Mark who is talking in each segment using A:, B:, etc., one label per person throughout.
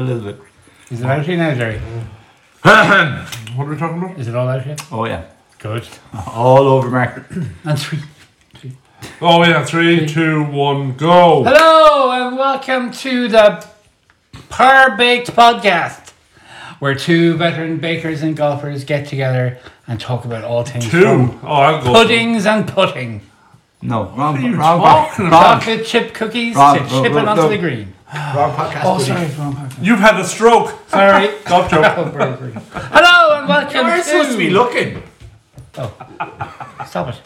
A: a little bit.
B: Is it out here now, Jerry?
C: What are we talking about?
B: Is it all out here?
A: Oh yeah,
B: Good.
A: all over Mark.
B: And three.
C: Oh yeah, three, two, one, go.
B: Hello and welcome to the Par Baked Podcast, where two veteran bakers and golfers get together and talk about all things
C: Two.
B: from
C: Oh, I'll go.
B: puddings and pudding, Oh,
A: No, wrong,
C: are you
A: wrong, wrong,
C: talking about?
A: wrong,
B: chocolate chip cookies
A: Rob,
B: to
A: Rob,
B: chipping
A: Rob,
B: onto
A: Rob.
B: the green.
D: Wrong podcast.
A: Oh,
D: buddy.
A: sorry, wrong podcast.
C: You've had a stroke.
B: Sorry.
C: Golf joke.
B: Oh, very, very. Hello and welcome
A: You're supposed to be looking.
B: Stop it.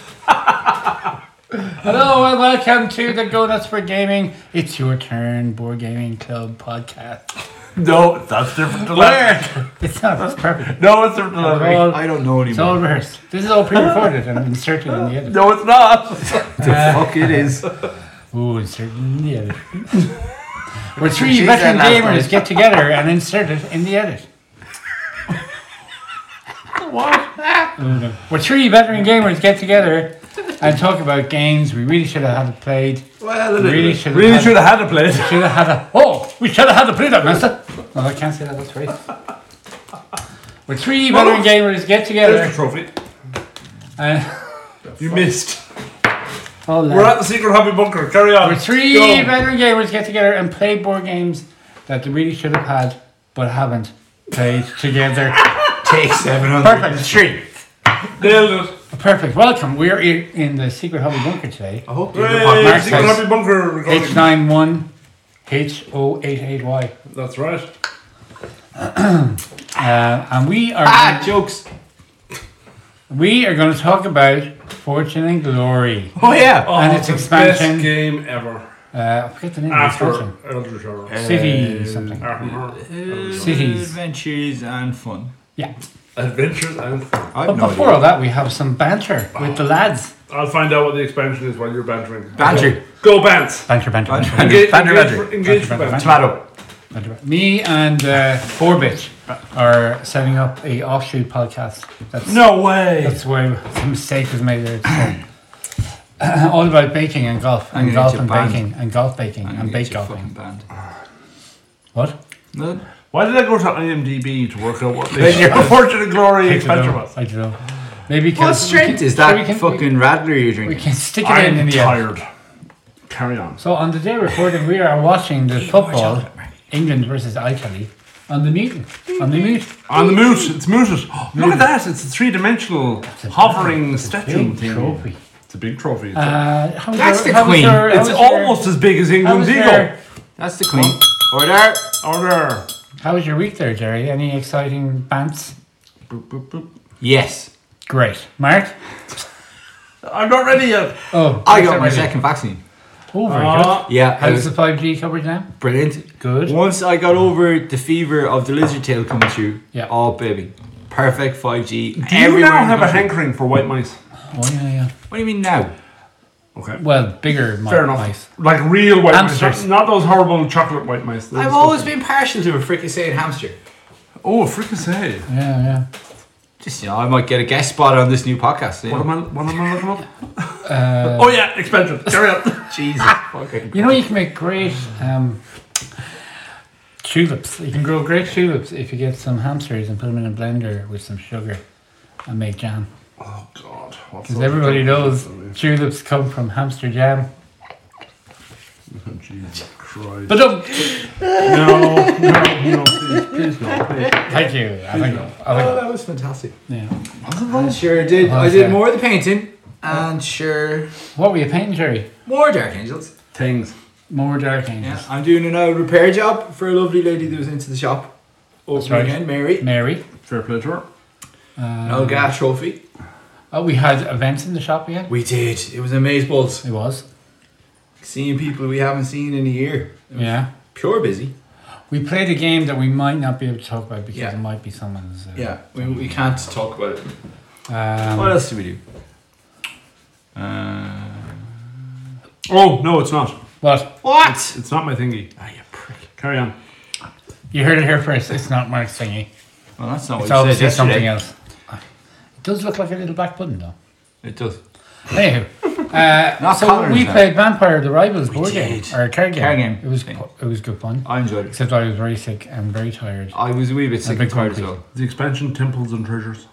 B: Hello and welcome to the Go Nuts for Gaming. It's your turn, Board Gaming Club podcast.
A: No, that's different. To
B: It's not it's perfect.
A: No, it's different. To
B: It's all,
A: I don't know
B: it's all
A: anymore.
B: rehearsed. This is all pre-recorded and inserted in the edit.
A: No, it's not. the fuck it is.
B: Ooh, inserted in the edit. Where three
D: She said
B: veteran
D: last
B: gamers
D: night.
B: get together and insert it in the edit. what? Where three veteran gamers get together and talk about games we really should have had played.
A: Well, it
B: Really
A: is.
B: should have
C: Really
B: had
C: should have had a place.
B: Should have had a. Oh, we should have had a play that, master. No, Oh, I can't say that. That's right. When three veteran gamers get
C: There's the
B: together,
C: trophy.
B: and
C: You missed.
B: oh,
C: We're
B: lad.
C: at the secret hobby bunker. Carry on.
B: When three
C: Go.
B: veteran gamers get together and play board games that they really should have had but haven't played together.
A: Take seven hundred.
B: Perfect. Three.
C: Nailed it.
B: Perfect. Welcome. We're in, in the secret hobby bunker today.
D: I hope you have a
C: Hey,
D: podcast.
C: secret
B: says-
C: hobby bunker recording.
B: H nine one H O eight eight Y.
C: That's right.
B: Uh, And we are.
A: Ah, jokes.
B: We are going to talk about Fortune and Glory.
A: Oh yeah.
C: Oh,
B: And it's
C: the
B: expansion.
C: Best game ever.
B: Uh, I forget the name
C: After
B: of the expansion.
C: Elder Uh, Shadow.
B: City something. Uh, Cities.
A: Adventures and fun.
B: Yeah.
C: Adventures and fun.
A: I've
B: But
A: no
B: before
A: idea.
B: all that, we have some banter with the lads.
C: I'll find out what the expansion is while you're bantering.
A: Banter.
C: Go, Bants.
B: Banter, banter, banter.
A: Banter,
C: Engage,
A: banter,
C: engage
A: banter.
C: for- engage for
B: Banter,
C: Bants.
A: Tomato.
B: banter, banter. Me and uh, Forbit are setting up a offshoot podcast. That's,
C: No way.
B: That's where the mistake was made there. So, all about baking and golf,
A: I'm
B: and
A: gonna
B: golf
A: get
B: and
A: you banned.
B: baking, and golf baking,
A: I'm
B: and
A: gonna
B: bake
A: get you fucking
B: golfing.
A: banned.
B: What?
A: No.
C: Why did I go to IMDb to work out what
A: Then you're-
C: the Fortune and Glory
B: I don't
C: expansion
B: know.
C: was?
B: I don't know. Maybe
A: What
B: because
A: strength is
B: so we
A: that
B: can-
A: fucking rattler you're
B: we, we
A: drinking?
B: can stick it in in
C: I'm
B: the end.
C: tired. Carry on.
B: So on the day recording, we are watching the football, England versus Italy, on the mute, on the mute.
C: On the moot, it's mooted. Look at that, it's a three dimensional hovering statue
B: Big
C: thing.
B: trophy.
C: It's a big trophy.
B: Uh, how was
A: That's
B: your-
A: the
B: how was
A: queen.
B: your- how
C: it's
B: was your-
C: almost as big as
B: How
C: England's
B: was,
C: eagle. Oh,
B: your,
A: That's the queen. Order.
C: Order.
B: how was your week there, Jerry? Any exciting bants?
A: Boop, boop, boop. Yes.
B: Great. Mark?
C: I'm not ready yet.
B: Oh,
A: I
B: Mark's
A: got my
B: already-
A: second vaccine.
B: Oh, very good.
C: Uh,
A: Yeah, it
B: How's
A: was
B: the 5G coverage now?
A: brilliant.
B: Good.
A: Once I got over the fever of the lizard tail coming through,
B: Yeah.
A: oh baby, perfect 5G.
C: do you now
A: in the
C: have a
A: country.
C: hankering for white mice?
B: Oh, yeah, yeah.
A: What do you mean now?
C: Okay.
B: Well, bigger mi-
C: Fair enough.
B: mice.
C: Like real white mice.
B: Hamsters.
C: Not those horrible chocolate white mice. Those
A: I've
C: are
A: always
C: disgusting.
A: been partial to a fricasseed hamster.
C: Oh, fricassee.
B: Yeah, yeah.
A: Just you know, I might get a guest spot on this new podcast. You
C: What
A: know?
C: am I, what am I looking up?
B: Uh,
C: oh, yeah, expansion. Carry on.
A: Jesus fucking.
B: You know, you can make great um, tulips. You can grow great tulips if you get some hamsters and put them in a blender with some sugar and make jam.
C: Oh, God. What's
B: Because
C: up?
B: everybody knows tulips come from hamster jam.
C: Oh, Jesus Christ.
B: But um,
C: No, no, no, please, please no. Please.
B: thank you. I think, I
A: Oh,
B: think,
A: that was fantastic.
B: yeah.
A: I sure did.
B: Oh,
A: I did
B: yeah.
A: more of the painting and sure
B: What were you painting, Jerry?
A: more Dark Angels.
C: Things.
B: More dark angels.
A: Yeah, I'm doing an old repair job for a lovely lady that was into the shop. Over
B: right.
A: again, Mary.
B: Mary. Um,
C: Fair play to her.
A: An old gas trophy.
B: Oh, we had events in the shop again.
A: We did. It was amazeballs.
B: It was.
A: Seeing people we haven't seen in a year.
B: Yeah.
A: Pure busy.
B: We played a game that we might not be able to talk about because
A: Yeah.
B: it might be someone's. Uh,
A: Yeah, we, we can't talk about it.
B: Um,
A: What else do we do? Uh,
C: Oh, no, it's not.
B: what?
A: what?
C: It's not my thingy.
A: Ah, you prick.
C: Carry on.
B: You heard it here first. It's not Mark's thingy.
A: Well, that's not what
B: It's
A: you
B: obviously
A: said
B: something
A: yesterday.
B: else. It does look like a little black pudding, though.
A: It does.
B: Anywho, Uh,
A: Not
B: so
A: colours,
B: we
A: no.
B: played Vampire the Rivals board game
A: did.
B: or card game.
A: Card game.
B: It was pu- it was good fun.
A: I enjoyed it.
B: Except I was very sick and very tired.
A: I was a wee bit sick
B: big
A: and tired as
B: grumpy.
A: well.
C: The expansion temples and treasures.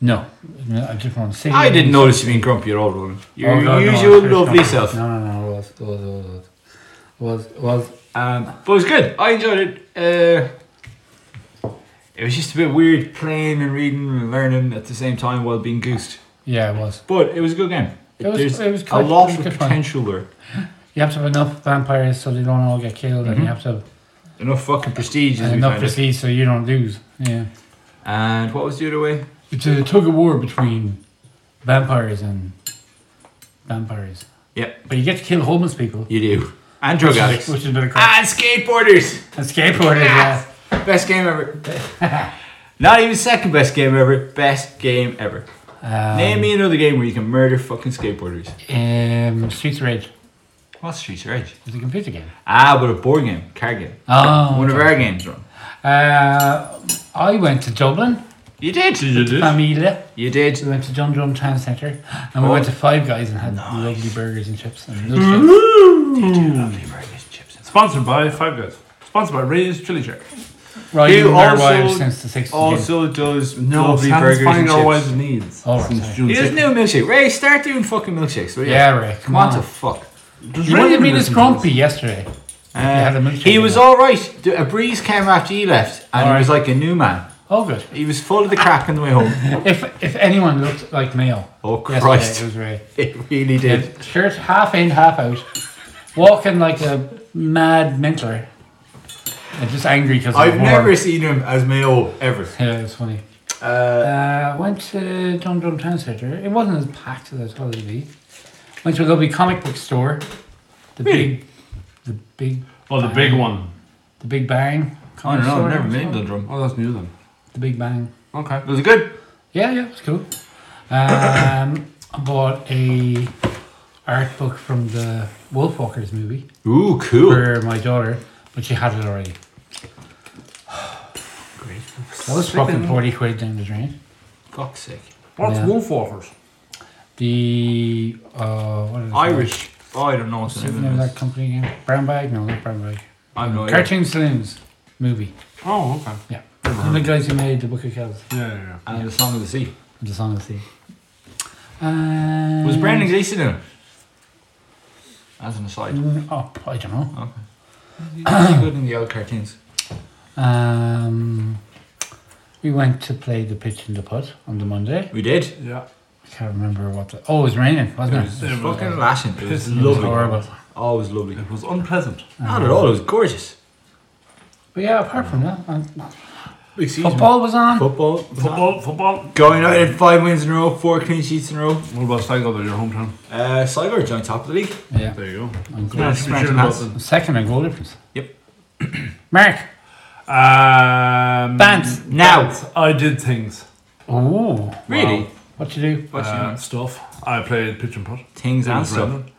B: No, no I just want to see.
A: I didn't notice you being grumpy at all, Ronan. Your
B: Oh, no, no,
A: usual
B: there's no-
A: lovely self.
B: No, no, no. It was it was it was it was, it was
A: Um, but it was good. I enjoyed it. Uh, it was just a bit weird playing and reading and learning at the same time while being goosed.
B: yeah, it was.
A: But it was a good game.
B: It was-
A: There's
B: it was
A: a
B: quite-
A: lot
B: it was
A: of
B: good fun.
A: potential there.
B: You have to have enough vampires so they don't all get killed,
A: Mm-hmm.
B: and you have to have
A: Enough fucking prestige as we
B: enough
A: found
B: to
A: it.
B: see so you don't lose. Yeah.
A: And what was the other way?
B: It's a tug of war between vampires and vampires.
A: Yep,
B: But you get to kill homeless people.
A: you do. And drug addicts. Ah!
B: Which is a bit of crap.
A: And skateboarders.
B: And skateboarders, yeah.
A: Best game ever. Not even second best game ever. Best game ever.
B: Um,
A: Name me another game where you can murder fucking skateboarders.
B: Um, Streets of Rage.
A: What's Streets of Rage?
B: It's a computer game.
A: Ah, but a board game, card game.
B: Oh.
A: One of our games, Ron.
B: Uh, I went to Dublin.
A: You did.
C: You did.
B: Familia.
A: You did.
B: We went to John Drum Town Centre. And we
A: Oh. Hmm.
B: went to Five Guys and had lovely burgers and chips. And nuts.
C: Sponsored by Five Guys. Sponsored by Ray's Chili Shack.
B: Riding
A: Who
B: their
A: also-
B: wives since the 60s.
A: Also does
C: No,
A: lovely burgers
C: satisfying
A: and
C: our wives'
A: chips.
C: needs.
B: Oh, right,
C: since
B: sorry.
C: June
A: Here's a
C: 6th.
A: new milkshake. Ray, start doing fucking milkshakes, will you?
B: Yeah, Ray, come
A: What
B: on.
A: the fuck?
C: Does
B: You
C: Ray
B: wouldn't have
C: even
B: been as
C: listen to
B: grumpy
C: this?
B: yesterday. had a
A: Uh,
B: milkshake
A: he was
B: then.
A: all right. D- A breeze came after he left, and he
B: Alright.
A: was like a new man.
B: Oh, good.
A: He was full of the crack on the way home.
B: If if anyone looked like Mayo.
A: Oh,
B: yesterday,
A: Christ.
B: It was Ray.
A: It really did.
B: Shirt half in, half out. Walking like a mad mentor. And just angry because
A: I've never seen him as Mayo ever.
B: Yeah, it's funny.
A: Uh,
B: Uh, went to John Drum Town Centre. It wasn't as packed as I thought it'd be. Went to a lovely comic book store. The
A: Really?
B: big, the big,
C: Oh, the big one.
B: the Big Bang.
A: I
B: Comic
A: don't know,
B: store,
A: I've Oh, never
B: it's
A: been
B: called.
A: Dundrum.
C: Oh, that's new then.
B: The Big Bang.
C: Okay.
A: Was it good?
B: Yeah, yeah, it's cool. Um, I bought a art book from the Wolfwalkers movie
A: Ooh, cool.
B: for my daughter, but she had it already. That was fucking forty quid down the drain.
A: Fuck's sake.
C: What's
B: Yeah.
C: Wolf Walkers?
B: The uh, what is it?
A: Irish. Oh, I don't know what
B: What's
A: the
B: the
A: name
B: name of
A: of it
B: that
A: is.
B: company again? Brown Bag? No, not Brown Bag.
A: I have no idea.
B: Cartoon Saloons movie.
C: Oh, okay.
B: Yeah, and the guys who made the Book of Kells
C: Yeah, yeah,
A: And the Song of the Sea.
B: and the Song of the Sea. And
A: Was Brandon Gleeson in it? As an aside.
B: Mm, Oh, I don't know.
A: Okay. He's really good in the old cartoons.
B: Um, we went to play the pitch and the putt on the Monday.
A: We did.
C: yeah. Yeah.
B: I can't remember what. The, oh, it was raining,
A: It
B: wasn't it?
A: was
C: It was
A: fucking lashing. It was
B: It was
A: lovely.
B: horrible.
A: Oh, it was lovely.
C: It was unpleasant.
A: Not at all. It was gorgeous.
B: But yeah, apart from that, um,
A: Excuse
B: football was on.
A: Football. Um,
C: Football, football.
A: Going out at five wins in a row, four clean sheets in a row.
C: What about Sligo, though, your hometown?
A: Uh, Sligo are joint top of the league.
B: Yeah,
C: There you go.
B: I'm
C: Yeah,
B: glad.
C: should be
A: Smash
C: cheering
A: and
C: about
A: hats.
C: them.
B: Second and goal difference.
A: Yep.
B: Mark
C: Um,
B: Bants.
A: Now.
C: Bants. I did things.
B: Oh,
A: Really?
C: Wow.
B: what you do?
A: What's
C: Uh,
A: your name?
C: stuff. I played pitch and putt.
A: Things
C: It
A: and
C: was
A: stuff.
C: relevant.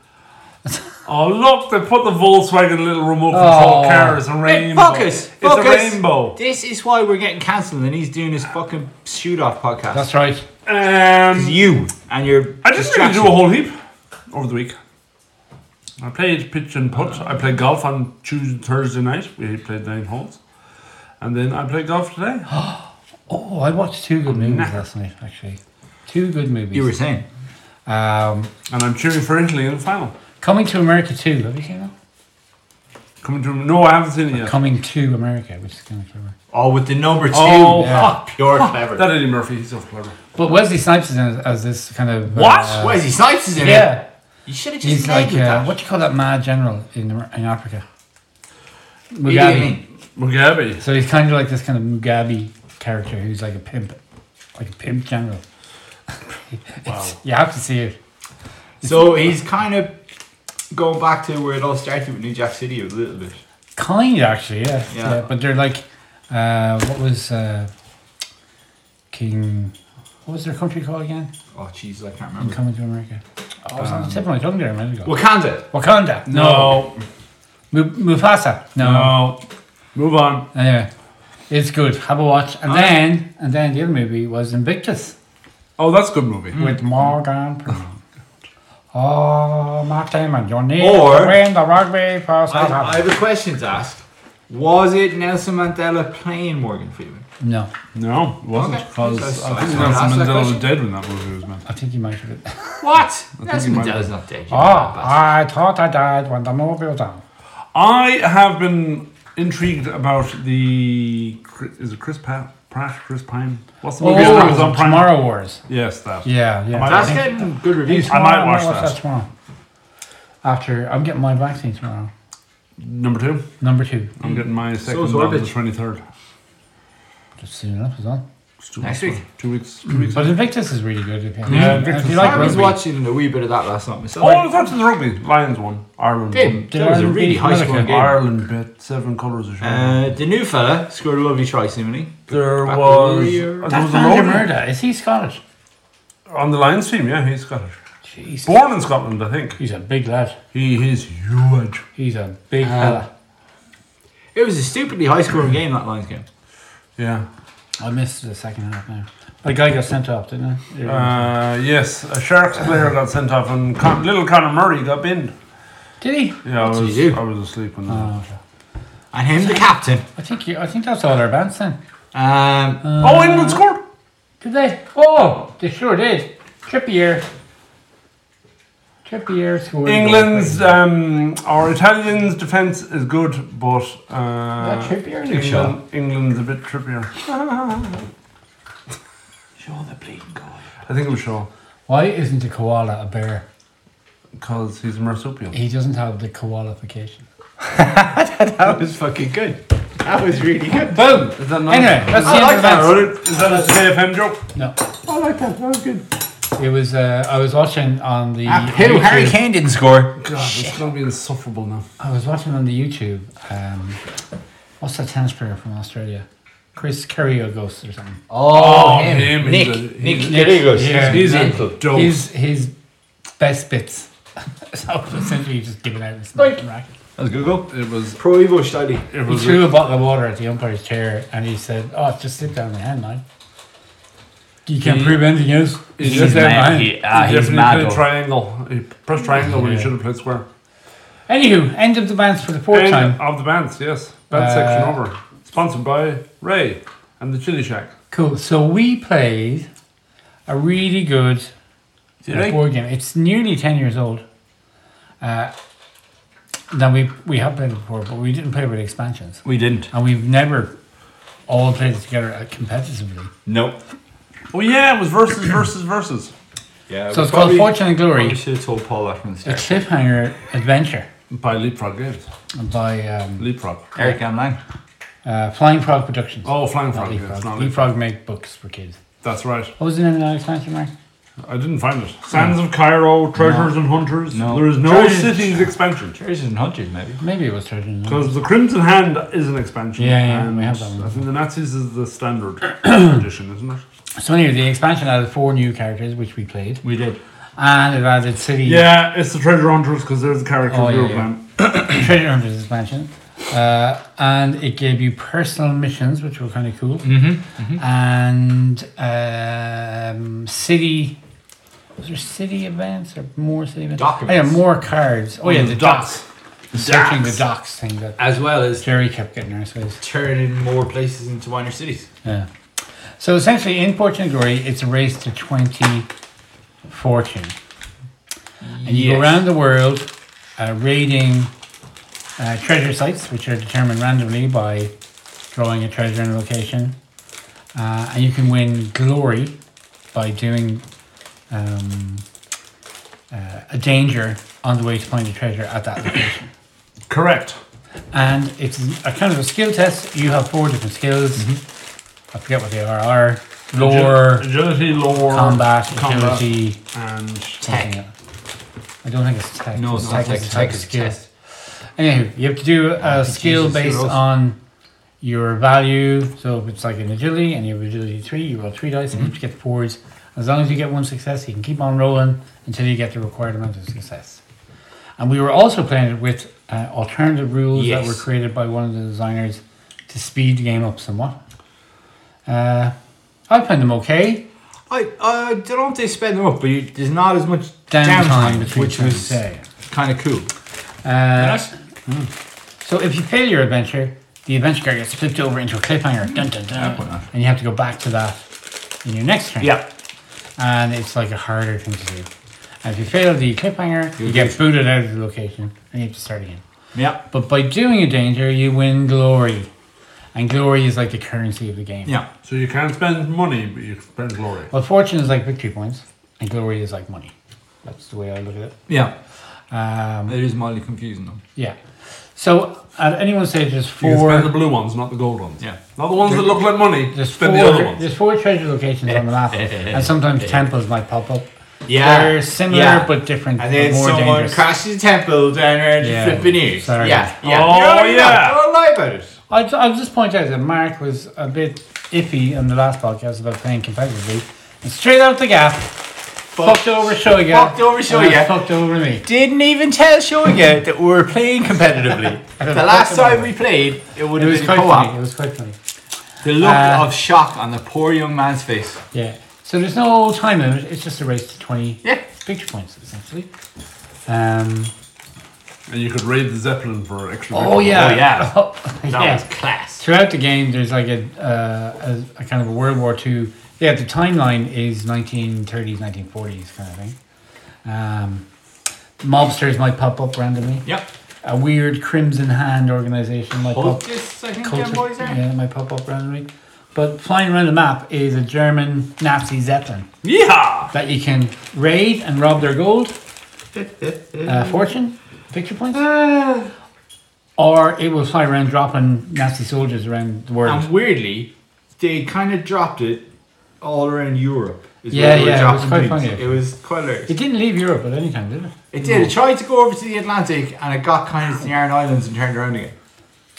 C: oh look! They put the Volkswagen little remote control
B: Oh.
C: car as a rainbow.
A: focus,
C: It's
A: focus.
C: a rainbow.
A: This is why we're getting cancelled, and he's doing his fucking shoot off podcast.
B: That's right.
A: It's
C: Um,
A: you and your.
C: I didn't really do a whole heap over the week. I played pitch and putt. I played golf on Tuesday, Thursday night. We played nine holes, and then I played golf today.
B: Oh, I watched two good movies
C: Nah.
B: last night. Actually, two good movies.
A: You were saying.
B: um,
C: And I'm cheering for Italy in the final.
B: Coming to America too. Have you seen that?
C: Coming to no, I haven't seen it yet.
B: Coming to America, which is kind of clever.
A: Oh, with the number two.
C: Oh,
B: Yeah.
C: fuck.
A: Pure clever.
C: That Eddie Murphy, he's so clever.
B: But Wesley Snipes is in it as this kind of
C: What?
B: Uh,
A: Wesley Snipes is in it.
B: yeah.
A: You should have just
B: He's
A: led
B: like
A: with
B: uh,
A: that.
B: what do you call that mad general in in Africa?
A: Idi
B: Mugabe.
A: Amin.
C: Mugabe.
B: So he's kind of like this kind of Mugabe character who's like a pimp, like a pimp general. wow. You have to see it.
A: So he's kind of going back to where it all started with New Jack City a little bit.
B: Kind actually, yeah.
A: Yeah.
B: yeah. but they're like, uh, what was uh, King? What was their country called again?
A: Oh, jeez, I can't
B: I'm
A: remember.
B: coming to America. Oh, it's on the tip of my tongue there a minute ago.
A: Wakanda.
B: Wakanda.
C: No.
B: Mu- Mufasa.
C: no,
B: No.
C: Move on.
B: Anyway, it's good. Have a watch. And then, and then the other movie was Invictus
A: Hmm.
C: Oh, that's a good movie.
B: with Morgan Freeman. Oh, Mark Damon, you need
A: Or-
B: to win the rugby first
A: I,
B: half.
A: I have a question to ask. Was it Nelson Mandela playing Morgan Freeman?
B: No,
C: No, it wasn't.
A: Okay.
C: Because
A: That's-
C: I
A: that's
C: think
A: fine.
C: Nelson
A: Ask that
C: Mandela was
A: question.
C: dead when that movie was meant.
B: I think he might have. Been.
A: What?
C: he
A: Nelson
C: might
A: Mandela's not dead.
B: Oh,
A: you bastard.
B: I thought I died when the movie was on.
C: I have been intrigued about the. Is it Chris Pat? Pratt? Chris Pine? What's the movie that was on Prime?
B: Tomorrow Wars.
C: Yes, that.
B: Yeah, yeah.
C: I
A: That's
C: think-
A: getting good reviews.
C: I might watch that.
B: tomorrow. After I'm getting my vaccine tomorrow.
C: Number two.
B: Number two.
C: I'm getting my second
A: is
C: on the
A: Orbit.
C: 23rd.
B: Just soon enough as well.
C: It's two
A: Next
C: weeks.
A: week.
C: Two weeks. Two weeks.
B: But Invictus is really good. If you,
C: Yeah,
B: if you
C: Invictus is
B: like
A: I was
B: rugby.
A: watching a wee bit of that last night myself.
C: Oh, I was watching the rugby. Lions won. Ireland
A: Did.
B: Did
A: That was a
B: Ireland
A: really
B: beat
A: high scoring
B: America?
C: won.
A: game.
C: Ireland bet seven colours of short.
A: Uh, the new fella scored a lovely try, seemingly.
C: There
A: Back
C: was.
A: earlier.
C: uh, There
B: That's
C: was a
B: Roger
C: loader.
B: Murda. Is he Scottish?
C: On the Lions team, yeah, he's Scottish.
B: Jeez.
C: Born in Scotland, I think.
B: He's a big lad.
C: He is huge.
B: He's a big
A: Uh,
B: fella.
A: It was a stupidly high scoring game, that Lions game.
C: Yeah.
B: I missed the second half now. The guy got sent off, didn't he?
C: Uh, yes, a Sharks player got sent off, and Con- little Connor Murray got binned.
B: Did he?
C: Yeah, I
A: What did
C: was,
A: you do?
C: I was asleep when that.
B: Oh, okay.
A: And him, the captain.
B: I think you, I think that's all our bands then.
A: Um,
B: Uh,
C: oh, England scored.
B: Did they? Oh, they sure did. Trippier. Trippier scored.
C: England's um, or Italians' defense is good, but uh,
B: Is that Trippier in the
C: England, England's a bit trippier.
A: Show the bleeding guy.
C: I think it was Shaw
B: Why isn't a koala a bear?
C: because he's a marsupial.
B: He doesn't have the koalification.
A: That was fucking good. That was really good.
B: Boom.
C: Is that nice?
B: Anyway, that's the
A: I
B: end
A: like
B: of
A: that,
B: that.
C: Alright, Is that a today FM joke?
B: No,
C: I like that. That was good.
B: it was. Uh, I was watching on the.
A: Ah, Who? Harry Kane didn't score.
C: God, it's gonna be insufferable now.
B: I was watching on the YouTube. Um, what's that tennis player from Australia? Chris Kyrgios or something.
A: Oh,
C: him. him,
A: Nick.
C: he's a-
A: Nick
C: he's
A: Kyrgios.
B: Yeah.
C: He's
A: mental.
C: a dope.
B: His his best bits. so essentially, he's just giving out this
A: Like-
B: racket.
A: That's Google.
C: it was.
E: Pro Evo Stadi.
C: It
B: He
C: was.
B: threw a bottle of water at the umpire's chair and he said, Oh, just sit down and hand, man. You can't prove anything else.
C: He's
B: Just sit
C: mad.
B: down and hand."
A: He, ah,
C: he
A: he's
C: definitely
A: mad.
C: played
A: though.
C: triangle. He pressed triangle when he
B: Yeah.
C: should have played square.
B: Anywho, end of the bands for the fourth
C: End
B: time.
C: of the bands, yes. Band
B: Uh,
C: section over. Sponsored by Ray and the Chili Shack.
B: Cool. So we played a really good uh,
C: Did I?
B: board game. It's nearly ten years old. Uh, now we we have played it before, but we didn't play with expansions,
A: We didn't.
B: and we've never all played it together uh, competitively.
A: Nope.
C: Oh yeah, it was versus versus versus.
A: Yeah.
B: So it's called Fortune and Glory,
A: We should have told Paul that from the
B: a
A: start.
B: cliffhanger adventure
C: By Leapfrog Games.
B: by um,
C: Leapfrog.
A: Eric Amlang.
B: uh, Flying Frog Productions.
C: Oh, Flying
B: Not
C: Frog. yeah, it's
B: Leapfrog.
C: not
B: Leapfrog make books for kids.
C: That's right.
B: What was the name of that expansion, Mark?
C: I didn't find it. Sands of Cairo, Treasures and Hunters.
A: No.
C: There is no
A: Treasures.
C: cities expansion.
A: Treasures and Hunters, maybe.
B: Maybe it was Treasure. and Wonders.
C: Because the Crimson Hand is an expansion.
B: Yeah, yeah,
C: and
B: we have that one.
C: I think the Nazis is the standard edition, isn't it?
B: So anyway, the expansion added four new characters, which we played,
A: We did.
B: and it added cities.
C: Yeah, it's the Treasure Hunters because there's the character
B: Oh,
C: we
B: yeah,
C: were
B: yeah.
C: playing.
B: Treasure Hunters expansion, uh, and it gave you personal missions, which were kind of cool,
A: Mm-hmm.
B: and um, city. Was there city events or more city events?
A: Documents. Mm-hmm.
B: Oh, yeah, more cards. Oh yeah, the docks. The Searching the docks thing that
A: As well as
B: Jerry kept getting our space.
A: turning more places into minor cities.
B: Yeah. So essentially, in Fortune and Glory, it's a race to twenty fortune. And you go around the world uh, raiding uh, treasure sites, which are determined randomly by drawing a treasure in a location. Uh, and you can win glory by doing um, uh, a danger on the way to find the treasure at that location.
C: Correct.
B: And it's a kind of a skill test. You have four different skills. I forget what they are. are lore,
C: agility, lore,
B: combat,
C: combat,
B: agility.
C: and
B: Tech. I don't think it's tech.
A: No, it's not tech.
B: is a
A: Tech Oh,
B: type of
A: is a
B: skill.
A: test.
B: Anywho, you have to do a
A: confused
B: skill
A: the
B: based
A: zeros.
B: on your value. So if it's like an agility and you have agility three, you roll three dice
A: Mm-hmm.
B: and you get fours. As long as you get one success, you can keep on rolling until you get the required amount of success. And we were also playing it with uh, alternative rules that
A: Yes.
B: were created by one of the designers to speed the game up somewhat. Uh, I played them okay.
A: I, I don't they spend them up, but you, there's not as much
B: Downtime
A: downtime,
B: between
A: which was
B: say.
A: kind of cool.
B: Uh, so if you fail your adventure, the adventure card gets flipped over into a cliffhanger, dun, dun, dun, and you have to go back to that in your next turn.
A: Yeah.
B: And it's like a harder thing to do. And if you fail the cliffhanger, you get booted out of the location and you have to start again.
A: Yeah.
B: But by doing a danger, you win glory. And glory is like the currency of the game.
A: Yeah.
C: So you can't spend money, but you can spend glory.
B: Well, fortune is like victory points, and glory is like money. That's the way I look at it.
A: Yeah.
B: Um,
A: It is mildly confusing though.
B: yeah. So at anyone's stage, there's
C: You can spend the
B: four.
C: blue ones, not the gold ones.
A: Yeah.
C: Not the ones that look like money.
B: There's four,
C: spend the other ones.
B: there's four treasure locations on the map, and sometimes temples might pop up.
A: Yeah,
B: they're similar
A: yeah.
B: but different,
A: And
B: but
A: then
B: more
A: someone
B: dangerous.
A: crashes the temple down there and
B: Yeah.
A: flipping ears.
B: Sorry.
A: Yeah.
C: Oh,
A: yeah.
C: yeah.
A: Don't lie about it.
B: I'll, I'll just point out that Mark was a bit iffy on the last podcast about playing competitively, and straight out the gap, fucked over Shoiga.
A: fucked over
B: and
A: Shoiga.
B: Fucked over me.
A: Didn't even tell Shoya that we were playing competitively. the last time we played, it would
B: It
A: have
B: was
A: been
B: quite funny. It
A: co-op.
B: was quite funny.
A: The look
B: Uh,
A: of shock on the poor young man's face.
B: Yeah. So there's no time limit. It's just a race to 20
A: Yeah.
B: picture points, essentially. Um,
C: And you could raid the Zeppelin for extra.
B: oh,
C: victory.
B: yeah.
A: Oh, yeah. That
B: Yeah.
A: was class.
B: Throughout the game, there's like a, uh, a, a kind of a World War II. Yeah, the timeline is 1930s, 1940s kind of thing. Um, mobsters might pop up randomly.
A: Yep.
B: A weird Crimson Hand organization might pop up.
A: Cultists, I think them
B: Cultist-
A: boys are.
B: yeah, it might pop up randomly. But flying around the map is a German Nazi Zeppelin.
C: Yeehaw!
B: that you can raid and rob their gold, uh, fortune, picture points, or it will fly around dropping nasty soldiers around the world.
A: And weirdly, they kind of dropped it all around Europe. is
B: Yeah,
A: where they were
B: yeah, it was
A: dropping
B: quite
A: things.
B: funny.
A: It was quite hilarious.
B: it didn't leave Europe at any time, did it?
A: It did. It tried to go over to the Atlantic and it got kind of to the Iron Islands and turned around again.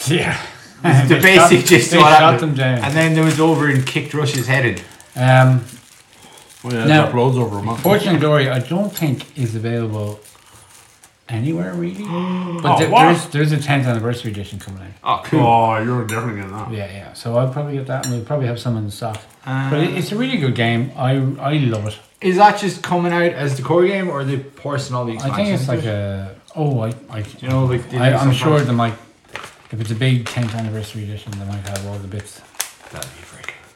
B: Yeah.
A: The basic gist
B: they
A: of what
B: shot
A: happened.
B: them down.
A: And then there was over and kicked Russia's head in.
B: Um,
C: Well, Oh, yeah,
B: Now-
C: that blows over a month.
B: Fortune and Glory, I don't think is available anywhere really. But
C: Oh,
B: there,
C: wow.
B: there's there's a 10th anniversary edition coming out.
A: Oh,
C: Oh, you're definitely getting that.
B: Yeah, yeah. So I'll probably get that, and we'll probably have some in stock. but
A: Um,
B: it, it's a really good game. I I love it.
A: Is that just coming out as the core game or are they parsing all the
B: I
A: expansions?
B: think it's like
A: into it?
B: a oh I I
A: You know, like they
B: I,
A: do
B: I'm sure
A: sometimes.
B: they might. If it's a big 10th anniversary edition, they might have all the bits.
A: That'd be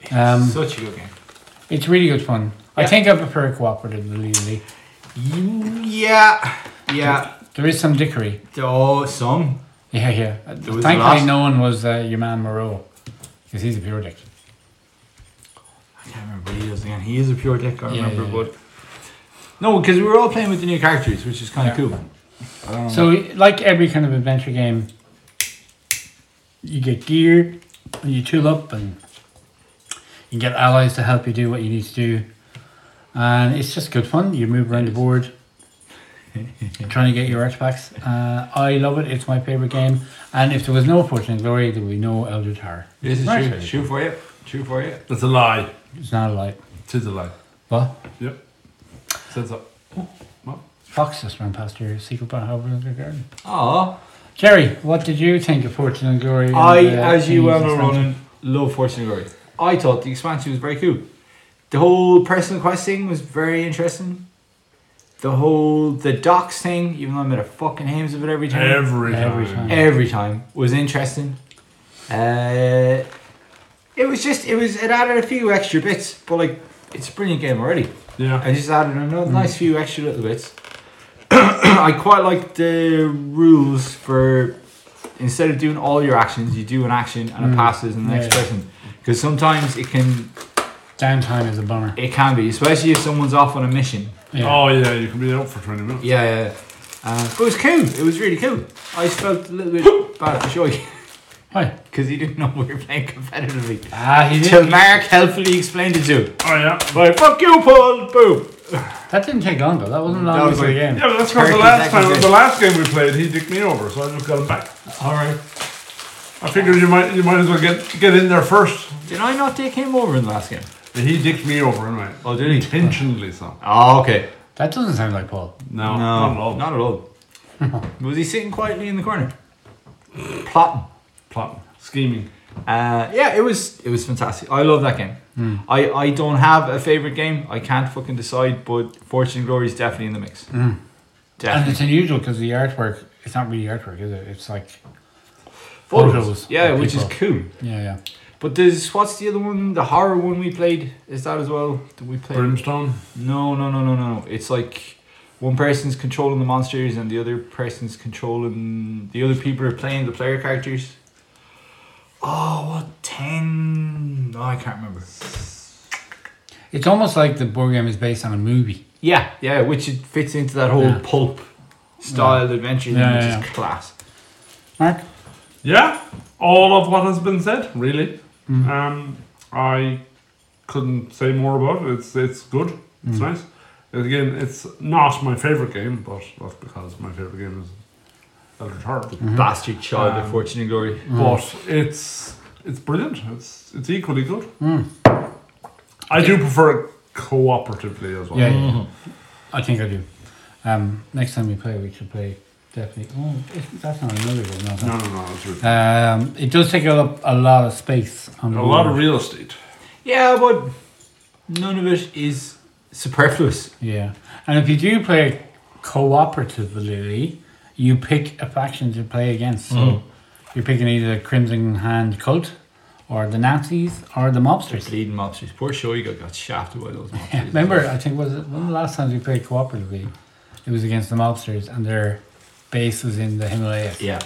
A: freaking.
B: Um,
A: Such a good game.
B: It's really good fun. I
A: Yeah.
B: think I prefer cooperative to League.
A: You- Yeah, yeah.
B: There is some dickery.
A: Oh, some.
B: Yeah, yeah.
A: was
B: Thankfully,
A: last-
B: no one was uh, your man Moreau, because he's a pure dick.
A: I can't remember what he is again. He is a pure dick, I
B: Yeah,
A: remember,
B: yeah,
A: but. No, because we were all playing with the new characters, which is kind
B: Yeah.
A: of cool. Oh.
B: So, like every kind of adventure game, you get gear, and you tool up, and you get allies to help you do what you need to do. And it's just good fun. You move around the board, trying to get your artifacts. Uh, I love it. It's my favorite game. And if there was no Fortune and Glory, there would be no Elder Tower.
A: This is
B: Right.
A: true. True for you. True for you.
C: That's a lie.
B: It's not a light.
C: It is a lie.
B: Well,
C: Yep. Says up.
B: Fox just ran past your secret bar over in the garden.
A: Oh,
B: Jerry, what did you think of Fortune and Glory? and,
A: I,
B: uh,
A: as you
B: King's
A: well know,
B: expansion?
A: Ronan, love Fortune and Glory. I thought the expansion was very cool. The whole personal quest thing was very interesting. The whole the docs thing, even though I made a fucking hams of it every time.
C: Every,
B: Every
C: time.
B: time.
A: every time was interesting. Uh, it was just it was it added a few extra bits, but like it's a brilliant game already.
C: Yeah.
A: I just added another nice few extra little bits. I quite like the rules for instead of doing all your actions, you do an action and it passes and the
B: Yeah,
A: next
B: yeah.
A: person. Because sometimes it can
B: Downtime is a bummer.
A: it can be, especially if someone's off on a mission.
B: Yeah.
C: Oh, yeah, you can be out for 20 minutes.
A: Yeah, yeah. yeah. Uh, but it was cool. It was really cool. I just felt a little bit bad for Shoy
B: Hi.
A: because he didn't know we were playing competitively.
B: Ah, he
A: Till
B: did.
A: Mark helpfully explained it to him.
C: Oh, yeah.
A: Like, fuck you, Paul! Boom!
B: That didn't take long though. That wasn't
A: That
B: long
A: was
B: into the
A: like-
B: game.
C: Yeah, but that's because the
A: Turkey
C: last
A: second
C: time,
A: dish.
C: the last game we played, he dicked me over, so I just got him back.
A: Alright.
C: I figured you might, you might as well get get in there first.
A: Did I not take him over in the last game?
C: But he dicked me over anyway,
A: Oh, did he?
C: intentionally. So
A: Oh, okay.
B: That doesn't sound like Paul.
C: no,
A: No,
C: not at all.
A: Not at all. Was he sitting quietly in the corner? Plotting.
C: Plotting, scheming.
A: Uh, yeah, it was it was fantastic. I love that game. I, I don't have a favorite game. I can't fucking decide. But Fortune and Glory is definitely in the mix.
B: And
A: Definitely.
B: it's unusual because the artwork, it's not really artwork, is it? It's like, photos
A: Yeah,
B: of
A: which is
B: people.
A: cool.
B: yeah, yeah.
A: But there's what's the other one? The horror one we played is that as well? That we played?
C: Brimstone.
A: No, no, no, no, no. It's like one person's controlling the monsters and the other person's controlling the other people are playing the player characters. Oh, what ten? No, I can't remember.
B: It's almost like the board game is based on a movie.
A: Yeah, yeah, which it fits into that whole
B: Yeah.
A: pulp style adventure thing,
B: Yeah,
A: which
B: yeah,
A: is class.
B: Mark?
C: Yeah, all of what has been said, really. Um, I couldn't say more about it. It's it's good. It's nice. And again, it's not my favorite game, but that's because my favorite game is Elder Tower.
A: Mm-hmm.
B: Mm-hmm.
A: Bastard child of
C: Um,
A: Fortune and Glory.
C: But it's it's brilliant. It's it's equally good. I do prefer it cooperatively as well.
B: Yeah, yeah,
A: Mm-hmm.
B: yeah. I think I do. Um, next time we play, we should play definitely. Oh, it- that's not another one. No,
C: No,
B: no.
C: no, no. It's really,
B: Um, it does take up a lot of space on the
C: a lot
B: board.
C: of real estate.
A: Yeah, but none of it is superfluous.
B: Yeah, and if you do play cooperatively, you pick a faction to play against. So you're picking either the Crimson Hand cult, or the Nazis, or the mobsters.
A: Bleeding mobsters. Poor Shoiga got shafted by those mobsters.
B: Yeah, remember, I think was it one of the last times we played cooperatively, it was against the mobsters, and their base was in the Himalayas.
A: Yeah.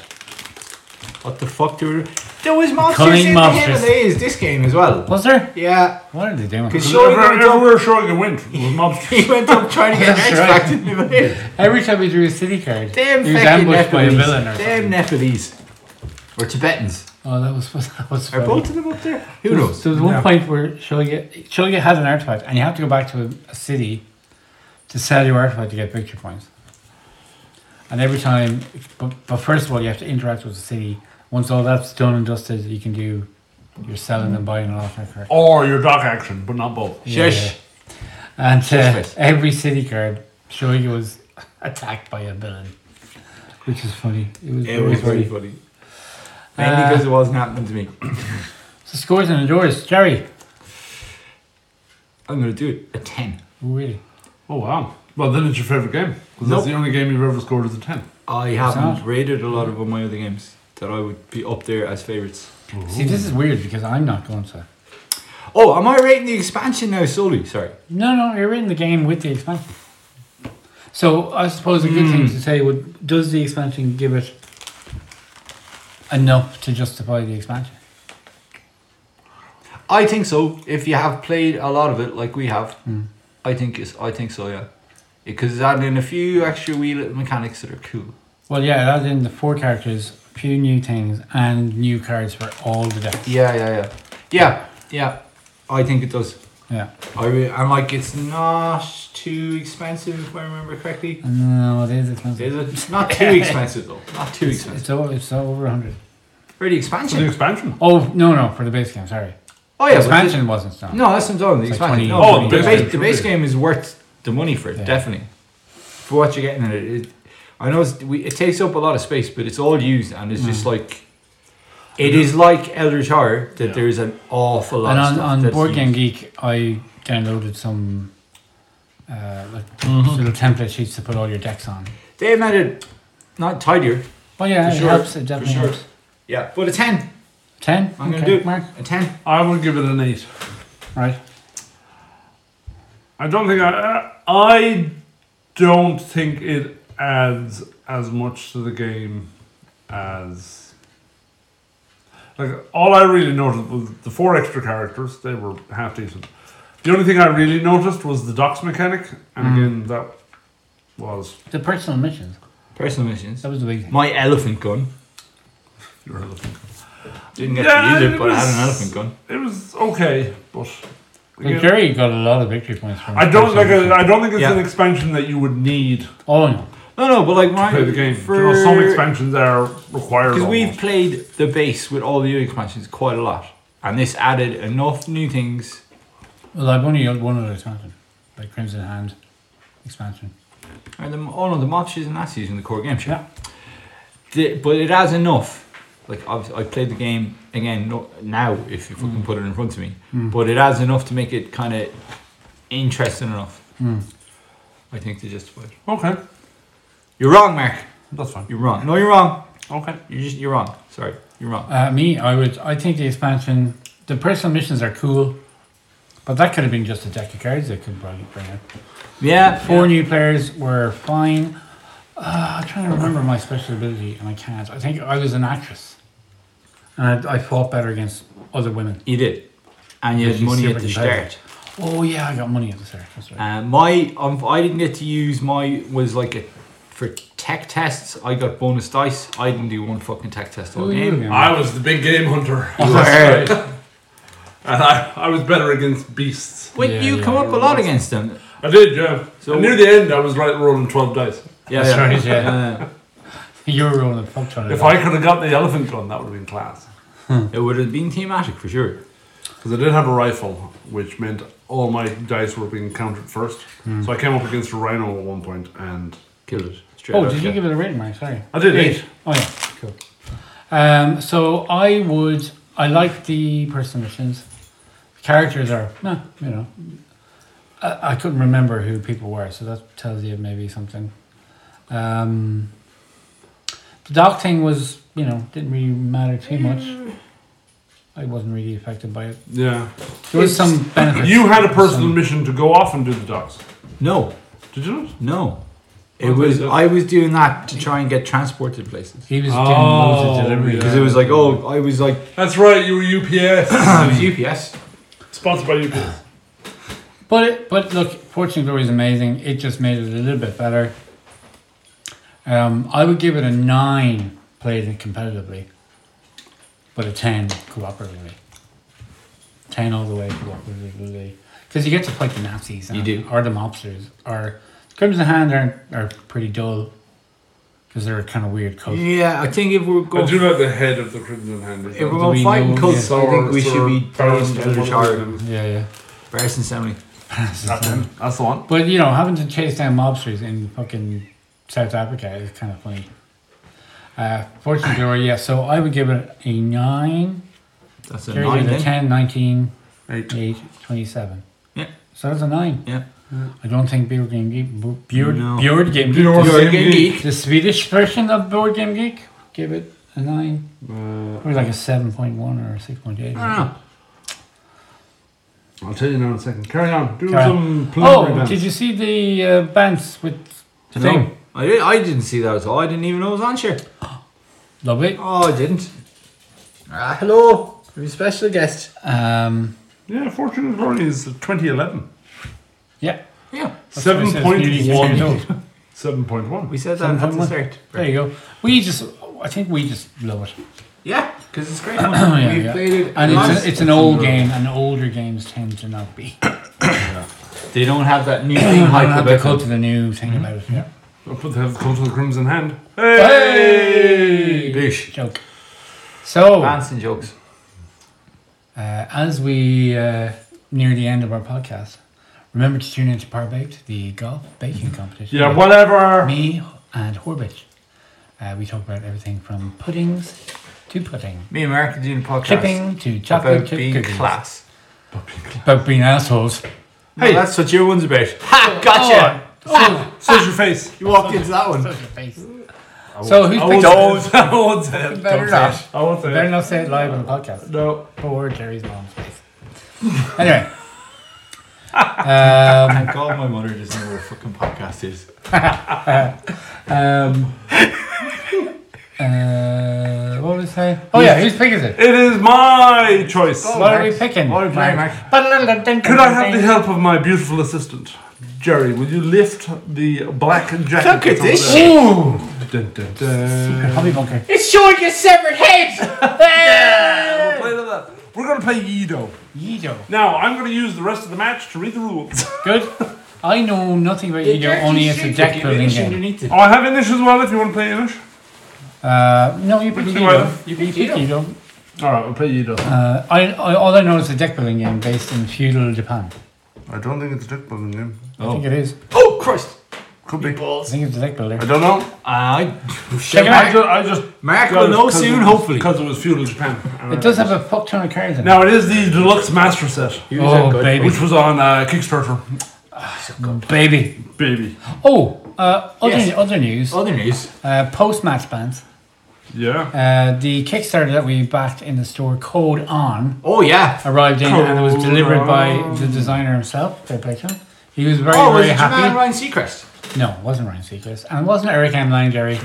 A: What the fuck do we... There was monsters
B: cunning
A: in the
B: monsters.
A: Himalayas this game as well.
B: Was there?
A: Yeah.
B: What are they doing?
A: 'Cause Shoiga
C: Everywhere,
A: went up,
C: everywhere Shogun went was mobsters.
A: he went up trying to get
B: That's
A: next
B: right.
A: back to the Himalayas.
B: Every time he drew a city card,
A: Damn
B: he was
A: fucking
B: ambushed by a
A: Nepalese.
B: villain
A: Damn
B: or something.
A: Nepalese. Or Tibetans.
B: oh, that was that was.
A: Are
B: funny.
A: both of them up there? Who
B: There
A: knows?
B: was, there was one
C: Yeah.
B: point where Shoga Shoga has an artifact, and you have to go back to a, a city to sell your artifact to get victory points. And every time, but, but first of all, you have to interact with the city. Once all that's done and dusted, you can do your selling and buying and all that kind of crap.
C: or "Oh, your dock action, but not both.
B: Yeah,
A: Shush.
B: And uh,
A: Yes, yes.
B: every city card, Shoga was attacked by a villain, which is funny. It was,
A: It was very
B: very
A: funny. Mainly
B: Uh,
A: because it wasn't happening to me.
B: So scores and endures, Jerry.
A: I'm going to do it. A 10.
B: Really?
C: Oh wow! Well, then it's your favorite game because
A: Nope.
C: that's the only game you've ever scored as a ten.
A: I haven't
B: not.
A: rated a lot of my other games that I would be up there as favourites.
B: See, this is weird because I'm not going to.
A: Oh, am I rating the expansion now solely? Sorry.
B: No, no, you're in the game with the expansion. So I suppose a good
A: Hmm.
B: thing to say would does the expansion give it enough to justify the expansion?
A: I think so. If you have played a lot of it, like we have, I think it's. I think so. Yeah, because it's adding in a few extra wee little mechanics that are cool.
B: Well, yeah, it added in the four characters, a few new things, and new cards for all the decks.
A: Yeah, yeah, yeah, yeah, yeah. I think it does.
B: Yeah.
A: I re- and like it's not too expensive if I remember correctly.
B: No, it is expensive.
A: Is it? It's not too expensive though. Not too expensive.
B: It's over, it's over
A: For
B: 100.
A: the
C: For the
A: expansion.
C: expansion.
B: Oh, no, no, for the base game, sorry.
A: Oh yeah, but
B: expansion wasn't, no.
A: the- no, that's what I'm talking. The
B: It's like
A: expansion.
B: 20
A: no,
C: Oh,
A: the,
C: the base
A: base,
C: game,
A: the base
C: sure.
A: game is worth the money for it,
B: Yeah.
A: definitely. For what you're getting in it, it I know it's, we, it takes up a lot of space, but it's all used, and it's
B: Mm.
A: just like it is like Elder Tower that
C: Yeah.
A: there's an awful lot.
B: And
A: of
B: on,
A: stuff
B: on
A: that's
B: Board Game
A: used.
B: Geek, I downloaded some uh, like
A: Mm-hmm.
B: little template sheets to put all your decks on.
A: they made it not tidier.
B: Well, Oh, yeah,
A: For
B: it
A: sure,
B: helps. It
A: for
B: definitely
A: sure.
B: helps.
A: Yeah, but a ten.
B: 10?
A: I'm gonna do it.
B: Mark.
A: A ten.
C: I will give it an eight.
B: Right.
C: I don't think I. Uh, I don't think it adds as much to the game as. Like all I really noticed was the four extra characters. They were half decent. The only thing I really noticed was the docks mechanic,
A: Mm.
C: and again that was
B: The personal missions.
A: Personal missions.
B: That was the big thing.
A: My elephant gun.
C: your elephant.
A: Didn't get
C: Yeah,
A: to use it,
C: it
A: but I had
C: was-
A: an elephant gun.
C: It was okay, but
B: Like,
C: again,
B: Jerry got a lot of victory points from
C: I don't
B: personal
C: like. A,
B: missions.
C: I don't think it's
A: Yeah.
C: an expansion that you would need
B: Oh, no.
A: No, no, but like
C: to
A: my
C: play the game.
A: for-
C: You know, some expansions are required.
A: Because we've
C: almost.
A: played the base with all the other expansions quite a lot, and this added enough new things.
B: Well, I've only got one other expansion. Like Crimson Hand expansion.
A: And the, oh no, the monsters and Nazis in the core game, sure. The, but it adds enough. Like obviously, I played the game again no, now if you fucking put it in front of me. But it adds enough to make it kind of interesting enough. I think to justify it.
C: Okay,
A: You're wrong, Mark.
C: that's fine.
A: You're wrong. No, you're wrong.
C: Okay.
A: You're just you're wrong. Sorry, you're wrong.
B: Uh, me, I would. I think the expansion, the personal missions are cool, but that could have been just a deck of cards that could probably bring it.
A: Yeah,
B: Four
A: four.
B: new players were fine. Uh, I'm trying to remember my special ability, and I can't. I think I was an actress, and I, I fought better against other women.
A: You did, and you
B: Which
A: had
B: is
A: money
B: super
A: at the
B: competitive.
A: start.
B: Oh yeah, I got money at the start. That's right.
A: Uh, my um, I didn't get to use my was like a for tech tests. I got bonus dice. I didn't do one fucking tech test all
B: Who are you
A: game.
B: again?
C: I was the big game hunter.
A: You
C: That's
A: were.
C: right. And I, I was better against beasts.
A: Wait,
B: Yeah,
A: you
B: yeah.
A: come up a lot against them.
C: I did, yeah.
A: So-
C: So near the end, I was right rolling 12 dice.
A: Yeah,
B: That's
A: yeah.
B: right, yeah.
A: Uh,
B: You're rolling a fuck ton of
C: If
B: dice.
C: I could have got the elephant gun, that would have been class.
A: Uh, it would have been thematic for sure.
C: Because I did have a rifle, which meant all my dice were being counted first. So I came up against a rhino at one point, and
A: Killed it. Straight
B: Oh,
A: up,
B: did you
A: yeah.
B: give it a rating, Mark? Sorry.
C: I did eight.
B: Oh yeah, cool. Um, so I would. I like the person missions. Characters are no, you know. I, I couldn't remember who people were, so that tells you maybe something. Um, the dock thing was, you know, didn't really matter too much.
C: Mm.
B: I wasn't really affected by it.
C: Yeah.
B: There was some benefits.
C: You had a personal
B: Some-
C: mission to go off and do the dogs.
A: No,
C: Did you not?
A: no. It
B: Oh,
C: What did
A: was
C: you do?
A: I was doing that to try and get transported places
B: He was doing
C: Oh,
B: loads of deliveries.
A: because it was like oh I was like
C: That's right, you were UPS.
A: it was UPS.
C: Sponsored by UPS.
B: But it, but look, Fortune Glory is amazing. It just made it a little bit better. Um, I would give it a nine played competitively, but a ten cooperatively. Ten all the way cooperatively, because you get to fight the Nazis.
A: You
B: and-
A: do.
B: or the mobsters, or Crimson Hand are are pretty dull, because they're a kind of weird cult.
A: Yeah, I think if we're
C: I
A: going
C: do like the head of the Crimson Hand.
A: if we're
B: Do we
A: going fighting
B: know-
A: cults, I think we should be
C: Barons
A: doing Elder
C: Elder
A: Charter.
C: Charter.
B: Yeah, yeah.
A: Barris and Semley.
C: That's him. That's the one.
B: But you know, having to chase down mobsters in fucking South Africa is kind of funny. Uh, Fortune Glory, yeah. So I would give it a 9.
A: That's a
B: Jerry
A: nine eh?
B: did a
A: then.
B: 10, 19,
C: Eight.
B: 8, 27.
A: Yeah.
B: So that's a 9.
A: Yeah.
B: I don't think Board Game Geek. Bu- Board,
A: No.
B: Board Game Geek.
C: Board
A: You're a
C: Game
A: game
C: geek.
A: geek.
B: The Swedish version of Board Game Geek gave it a 9.
C: Uh,
B: Or like a 7.1 or a 6.8.
A: I don't know.
C: I'll tell you now in a second. Carry on. Do
B: Carry
C: some preliminary
B: Oh,
C: dance.
B: did you see the uh, bands with the
A: No.
B: thing?
A: I, did, I didn't see that at all. I didn't even know it was on share.
B: Love it.
A: Oh, I didn't. Ah, hello. We have a special guest.
B: Um,
C: Yeah, Fortune and Glory is 2011.
B: yeah.
A: Yeah,
B: That's what it says, nearly six years
C: 7.1.
B: old.
C: 7.1.
A: we said that at the
B: 7.1.
A: start.
B: There you go. We just, I think we just love it.
A: Yeah, because it's great. fun.
B: Yeah,
A: We've
B: yeah.
A: played it.
B: And
A: lots.
B: it's, a, it's an old game, and older games tend to not be.
A: they don't have that new
B: I
A: thing
B: don't
A: hype
B: have to
A: about
B: go to
A: them.
B: the new thing about it. Yeah.
C: I'll put the have Cult of the Crimson Hand.
B: Hey!
A: Bish.
B: Joke. So, uh,
A: Dancing jokes.
B: as we uh, near the end of our podcast, remember to tune in to Par Baked, the golf baking competition.
C: Yeah, whatever.
B: Me and Horbich. Uh, we talk about everything from puddings to pudding,
A: Me and Mark are doing a podcast
B: chipping to chocolate
A: about
B: chip
A: being
B: cookies.
A: class.
B: About being assholes.
A: Hey, that's what your one's about. Ha! Gotcha.
C: Says your face.
A: Oh, You walked into that one.
B: So who's
C: I
B: picked
C: won't, say it. I won't say it.
B: Better
A: Don't
B: not.
A: say
C: I won't say
B: Better
C: it.
B: not say it live on the podcast.
C: No.
B: Poor Jerry's mom's face. Anyway. um,
A: God, my mother doesn't know what a fucking podcast is.
B: um, uh, what was I? Oh yeah, who's picking it?
C: It is Oh, my choice.
B: What are we picking?
A: What are we playing, Mark?
C: Could I have the help of my beautiful assistant? Jerry, will you lift the black jacket?
A: Look at this
C: that's
B: Ooh!
C: over there? Dun, dun, dun.
B: Hobby bunker.
A: It's showing your severed head!
C: We'll play to that. We're going to play Yido.
B: Yido.
C: Now, I'm going to use the rest of the match to read the rules.
B: Good. I know nothing about Yido, only it's a deck building game.
C: Oh, I have Inish as well if you want to play Inish.
B: Uh, no, you pick
C: Which one?
B: Yido. You pick Yido.
C: Alright, we'll play Yido.
B: Uh, I, I, all I know is a deck building game based in feudal Japan.
C: I don't think it's a deck building game.
B: I think it is.
A: Oh, Christ!
C: Could be.
B: I
E: Balls.
B: think it's deck builder.
C: I don't know.
B: Uh,
A: I
B: Check it
C: I
B: out.
C: just, I just
A: Mark will know soon, hopefully.
C: because it was feudal Japan. and I-
B: It does have a fuck ton of cards in it.
C: Now it is the deluxe master set,
E: He was
B: Oh,
E: that good.
B: baby.
C: which was on uh, Kickstarter.
B: Baby.
C: Baby.
B: Oh, uh, other,
A: Yes.
B: other news.
C: Oh.
A: Other news.
B: Uh, Post match bands.
C: Yeah.
B: Uh, the Kickstarter that we backed in the store, Code On,
A: Oh yeah.
B: arrived in and it was
C: Code
B: delivered by
C: On.
B: the designer himself, Fair Play to him. He was very,
A: oh, was
B: very
A: it
B: happy.
A: Jermaine Ryan Seacrest?
B: No, it wasn't Ryan Seacrest. And it wasn't Eric M. Langdary.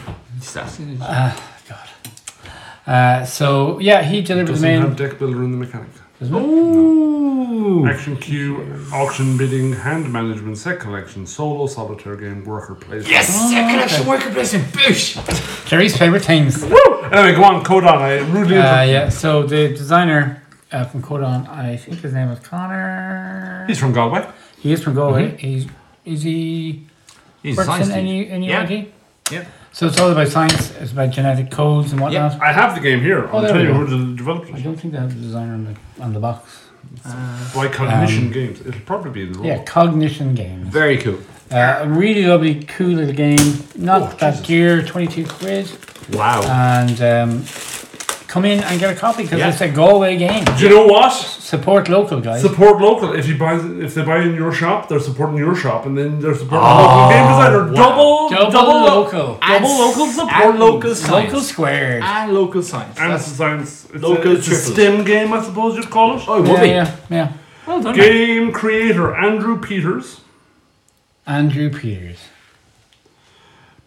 B: Uh, so, yeah, he delivered the
C: Doesn't
B: main.
C: have deck builder in the mechanic.
A: Ooh.
C: Action queue, auction bidding, hand management, set collection, solo solitaire game, worker plays.
A: Yes, set collection worker placement. Boosh.
B: Jerry's favourite things.
C: Anyway, go on, code on. I rudely
B: Uh,
C: interrupted.
B: yeah, so the designer uh, from Codon, I think his name was Connor.
C: He's from Galway.
B: He is from Galway. He's is he
A: Mm-hmm. He's a
B: works
A: science
B: in
A: teacher.
B: any any
A: Yeah.
B: ID?
A: Yeah.
B: So it's all about science. It's about genetic codes and whatnot.
C: I have the game here. I'll
B: Oh, there
C: tell
B: we
C: you
B: go.
C: who the developer
B: I
C: is.
B: don't think they have the designer on the on the box.
C: By Cognition Games. It'll probably be in the rule.
B: Um, Yeah, cognition games.
A: Very cool.
B: Uh, a really lovely, cool little game. Not
C: Oh,
B: that
C: Jesus.
B: dear, twenty-two quid,
C: Wow.
B: and um, come in and get a copy because
A: Yeah.
B: it's a Galway game.
C: Do you know what?
B: Support local guys.
C: Support local. If you buy, if they buy in your shop, they're supporting your shop, and then they're supporting the local
B: Ah,
C: game designer. Double,
B: Double local.
A: And
C: double local
A: s-
C: support
A: and local science. Ah,
B: Local squared.
A: and local science.
C: And
A: That's-
C: it's a science. It's
A: Local
C: a, it's a
A: triples.
C: STEM game, I suppose you'd call it.
A: oh, it
B: yeah,
A: will be.
B: yeah, yeah.
A: Well done. mate.
C: Game creator Andrew Peters,
B: Andrew Peters.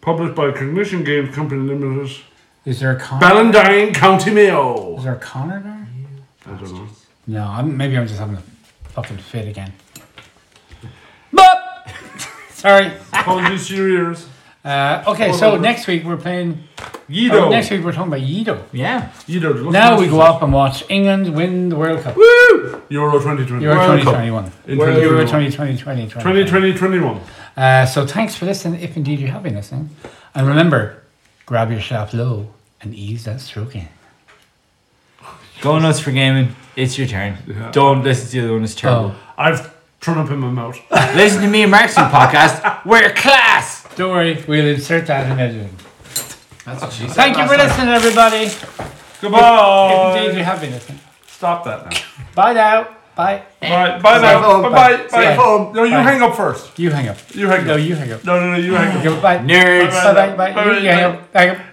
C: published by Cognition Games Company Limited,
B: Is there a Connor?
C: Ballandine, County
B: Is
C: Mayo.
B: there a Connor there?
C: I don't know.
B: No, I'm, maybe I'm just having a fucking fit again.
A: Bop.
B: Sorry.
C: Apologies to your ears.
B: Uh, okay,
C: Hold
B: so
C: on.
B: next week we're playing.
C: Yido.
B: oh, next week we're talking about Yido.
A: Yeah.
C: Yido. look
B: Now
C: at
B: we
C: this.
B: go up and watch England win the World Cup.
C: Euro 2020.
B: Euro
A: World Cup.
B: 2021.
C: In
B: Euro
C: 2021.
B: 2020, 2020.
C: 2020, 21.
B: Uh, so thanks for listening, if indeed you have been listening. And remember, grab your shaft low and ease that stroking.
A: Go nuts for gaming. It's your turn.
C: Yeah.
A: Don't listen to the other one. It's
C: Oh.
A: terrible.
C: I've thrown up in my mouth.
B: Oh.
A: Listen to me and Mark's new podcast. We're class.
B: Don't worry, we'll insert that in editing.
A: That's what she said.
B: Thank you for listening, everybody. If indeed
C: Goodbye.
B: you have been listening.
C: Stop that now.
B: Bye now. Bye.
C: Bye. Bye now.
A: phone,
C: Bye bye.
B: See
C: Bye
B: ya.
C: phone. No, you
B: Bye.
C: hang up first.
B: You hang up.
C: You hang
B: No,
C: up.
B: you hang up.
C: No, no, no, you hang up.
B: Okay, bye.
A: Nerds.
B: Bye bye. Bye. You hang up. Hang up.